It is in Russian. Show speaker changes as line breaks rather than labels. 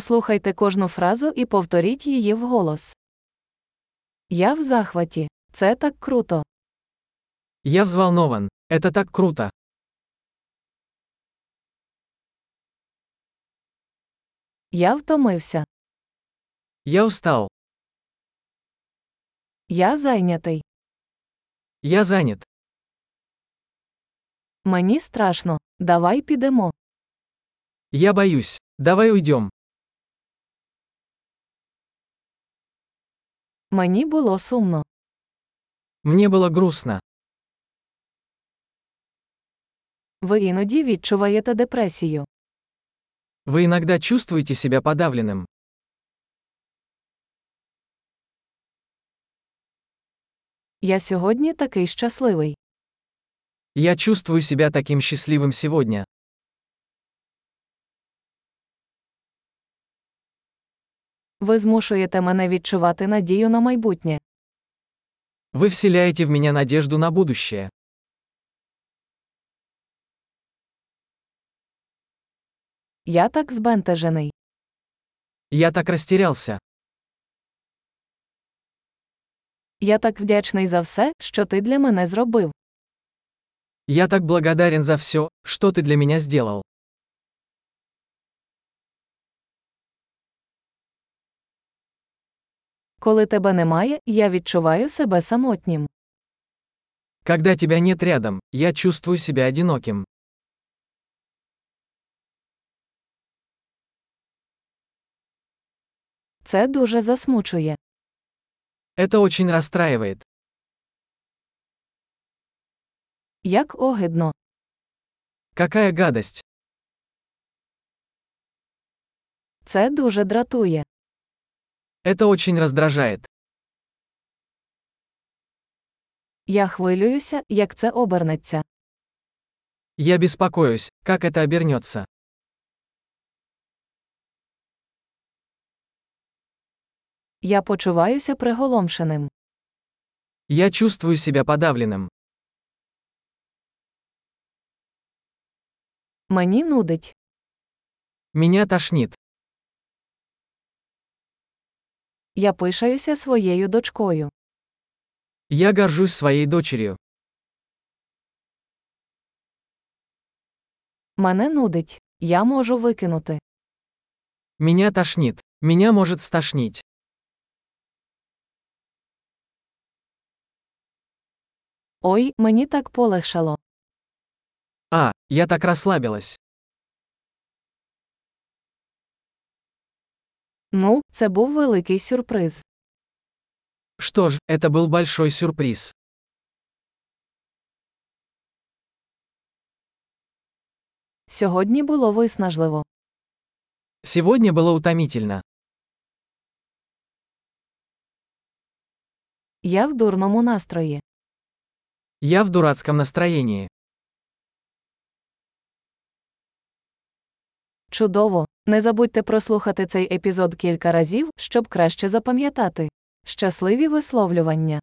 Послухайте кожну фразу і повторіть її вголос. Я в захваті. Це так круто.
Я взволнован. Это так круто.
Я втомився.
Я устал.
Я зайнятий.
Я занят.
Мені страшно. Давай підемо.
Я боюсь. Давай уйдем.
Мені було сумно.
Мне было грустно.
Ви іноді відчуваєте депресію.
Вы иногда чувствуете себя подавленным.
Я сьогодні такий щасливий.
Я чувствую себя таким счастливым сегодня.
Ви змушуєте мене відчувати надію на майбутнє.
Вы вселяете в меня надежду на будущее.
Я так збентежений.
Я так растерялся.
Я так вдячний за все, що ти для мене зробив.
Я так благодарен за все, что ты для меня сделал.
Коли тебе немає, я відчуваю себе самотнім.
Когда тебя нет рядом, я чувствую себя одиноким.
Це дуже засмучує.
Это очень расстраивает.
Як огидно.
Какая гадость.
Це дуже дратує.
Это очень раздражает.
Я хвилююся, як це обернеться.
Я беспокоюсь, как это обернется.
Я почуваюся приголомшеним.
Я чувствую себя подавленным.
Мені нудить.
Меня тошнит.
Я пишаюся своєю дочкою.
Я горжусь своей дочерью.
Мене нудить. Я можу викинути.
Меня тошнит. Меня может стошнить.
Ой, мені так полегшало.
А, я так расслабилась.
Ну, це був великий сюрприз.
Что ж, это был большой сюрприз.
Сьогодні було виснажливо.
Сегодня было утомительно.
Я в дурному настрої.
Я в дурацком настроении.
Чудово! Не забудьте прослухати цей епізод кілька разів, щоб краще запам'ятати. Щасливі висловлювання!